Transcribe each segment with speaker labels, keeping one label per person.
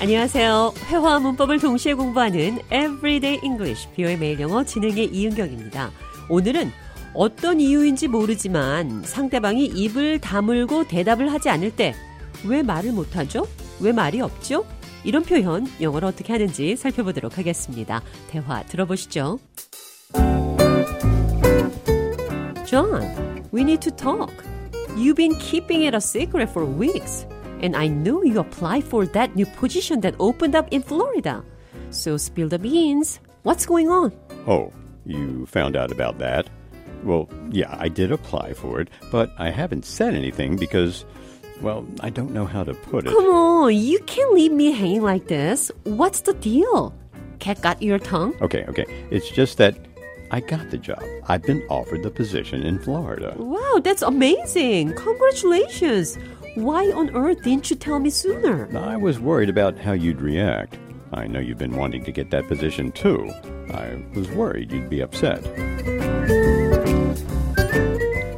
Speaker 1: 안녕하세요. 회화와 문법을 동시에 공부하는 Everyday English, 비오의 매일 영어 진행의 이은경입니다. 오늘은 어떤 이유인지 모르지만 상대방이 입을 다물고 대답을 하지 않을 때 왜 말을 못하죠? 왜 말이 없죠? 이런 표현 영어로 어떻게 하는지 살펴보도록 하겠습니다. 대화 들어보시죠. John, we need to talk. You've been keeping it a secret for weeks, and I know you applied for that new position that opened up in Florida. So spill the beans. What's going on?
Speaker 2: Oh, you found out about that? Well, yeah, I did apply for it, but I haven't said anything because, well, I don't know how to put it.
Speaker 1: Come on, you can't leave me hanging like this. What's the deal? Cat got your tongue?
Speaker 2: Okay, okay. It's just that I got the job. I've been offered the position in Florida.
Speaker 1: Wow, that's amazing. Congratulations. Why on earth didn't you tell me sooner?
Speaker 2: I was worried about how you'd react. I know you've been wanting to get that position too. I was worried you'd be upset.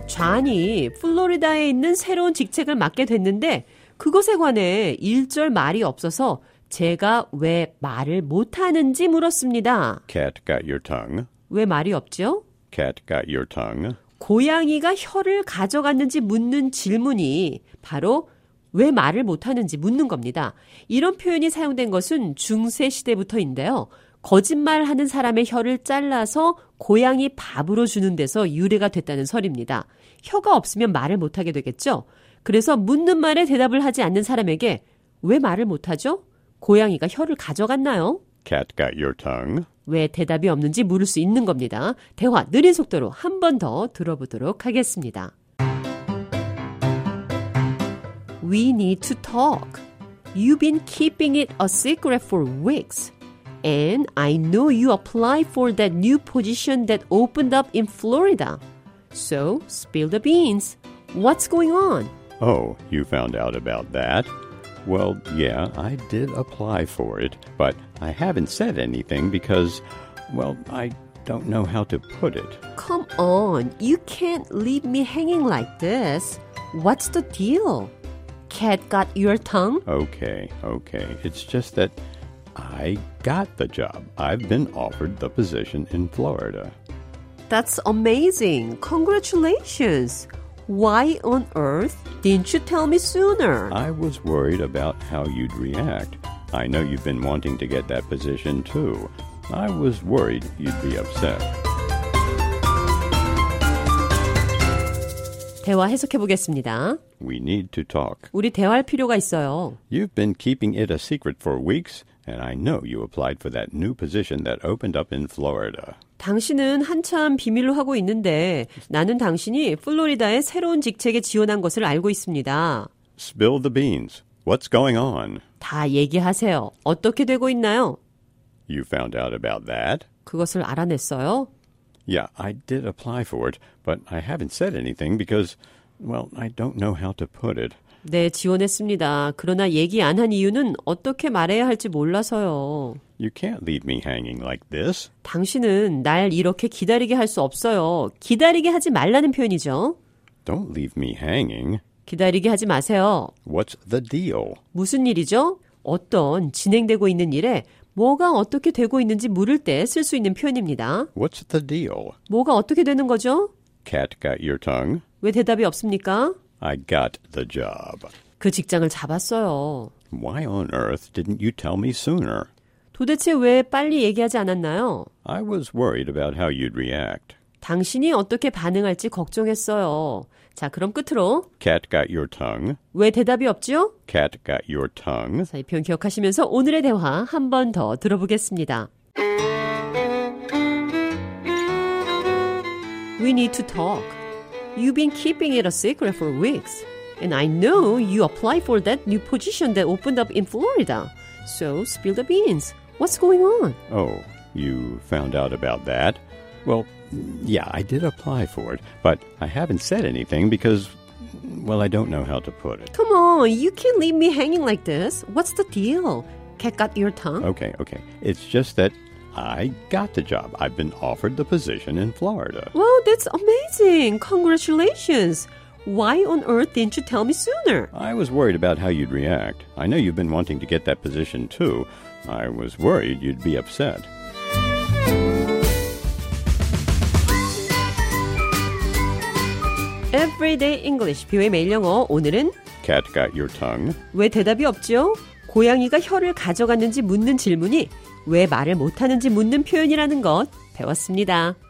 Speaker 1: 좌니 플로리다에 있는 새로운 직책을 맡게 됐는데 그것에 관해 일절 말이 없어서 제가 왜 말을 못하는지 물었습니다.
Speaker 2: Cat got your tongue.
Speaker 1: 왜 말이 없죠?
Speaker 2: Cat got your tongue.
Speaker 1: 고양이가 혀를 가져갔는지 묻는 질문이 바로 왜 말을 못하는지 묻는 겁니다. 이런 표현이 사용된 것은 중세 시대부터인데요. 거짓말하는 사람의 혀를 잘라서 고양이 밥으로 주는 데서 유래가 됐다는 설입니다. 혀가 없으면 말을 못하게 되겠죠. 그래서 묻는 말에 대답을 하지 않는 사람에게 왜 말을 못하죠? 고양이가 혀를 가져갔나요?
Speaker 2: Cat got your tongue.
Speaker 1: 왜 대답이 없는지 물을 수 있는 겁니다. 대화 느린 속도로 한 번 더 들어보도록 하겠습니다. We need to talk. You've been keeping it a secret for weeks. And I know you applied for that new position that opened up in Florida. So, spill the beans. What's going on?
Speaker 2: Oh, you found out about that? Well, yeah, I did apply for it, but I haven't said anything because, well, I don't know how to put it.
Speaker 1: Come on, you can't leave me hanging like this. What's the deal? Cat got your tongue?
Speaker 2: Okay, okay. It's just that I got the job. I've been offered the position in Florida.
Speaker 1: That's amazing. Congratulations. Why on earth didn't you tell me sooner?
Speaker 2: I was worried about how you'd react. I know you've been wanting to get that position too. I was worried you'd be upset.
Speaker 1: 대화 해석해 보겠습니다.
Speaker 2: We need to talk.
Speaker 1: 우리 대화할 필요가 있어요.
Speaker 2: You've been keeping it a secret for weeks, and I know you applied for that new position that opened up in Florida.
Speaker 1: 당신은 한참 비밀로 하고 있는데 나는 당신이 플로리다의 새로운 직책에 지원한 것을 알고 있습니다.
Speaker 2: Spill the beans. What's going on?
Speaker 1: 다 얘기하세요. 어떻게 되고 있나요?
Speaker 2: You found out about that?
Speaker 1: 그것을 알아냈어요?
Speaker 2: Yeah, I did apply for it, but I haven't said anything because, well, I don't know how to put it.
Speaker 1: 네, 지원했습니다. 그러나 얘기 안 한 이유는 어떻게 말해야 할지 몰라서요.
Speaker 2: You can't leave me hanging like this.
Speaker 1: 당신은 날 이렇게 기다리게 할 수 없어요. 기다리게 하지 말라는 표현이죠.
Speaker 2: Don't leave me hanging.
Speaker 1: 기다리게 하지 마세요.
Speaker 2: What's the deal?
Speaker 1: 무슨 일이죠? 어떤 진행되고 있는 일에 뭐가 어떻게 되고 있는지 물을 때 쓸 수 있는 표현입니다.
Speaker 2: What's the deal?
Speaker 1: 뭐가 어떻게 되는 거죠?
Speaker 2: Cat got your tongue?
Speaker 1: 왜 대답이 없습니까?
Speaker 2: I got the job.
Speaker 1: 그 직장을 잡았어요.
Speaker 2: Why on earth didn't you tell me sooner?
Speaker 1: 도대체 왜 빨리 얘기하지 않았나요?
Speaker 2: I was worried about how you'd react.
Speaker 1: 당신이 어떻게 반응할지 걱정했어요. 자, 그럼 끝으로
Speaker 2: Cat got your tongue?
Speaker 1: 왜 대답이 없죠?
Speaker 2: Cat got your tongue?
Speaker 1: 자, 이 표현 기억하시면서 오늘의 대화 한 번 더 들어보겠습니다. We need to talk. You've been keeping it a secret for weeks. And I know you applied for that new position that opened up in Florida. So spill the beans. What's going on?
Speaker 2: Oh, you found out about that? Well, yeah, I did apply for it, but I haven't said anything because, well, I don't know how to put it.
Speaker 1: Come on, you can't leave me hanging like this. What's the deal? Cat got your tongue?
Speaker 2: Okay, okay. It's just that I got the job. I've been offered the position in Florida.
Speaker 1: Wow, that's amazing. Congratulations. Why on earth didn't you tell me sooner?
Speaker 2: I was worried about how you'd react. I know you've been wanting to get that position too. I was worried you'd be upset.
Speaker 1: Everyday English, 비의 매일 영어. 오늘은
Speaker 2: Cat got your tongue?
Speaker 1: 왜 대답이 없죠? 고양이가 혀를 가져갔는지 묻는 질문이 왜 말을 못하는지 묻는 표현이라는 것 배웠습니다.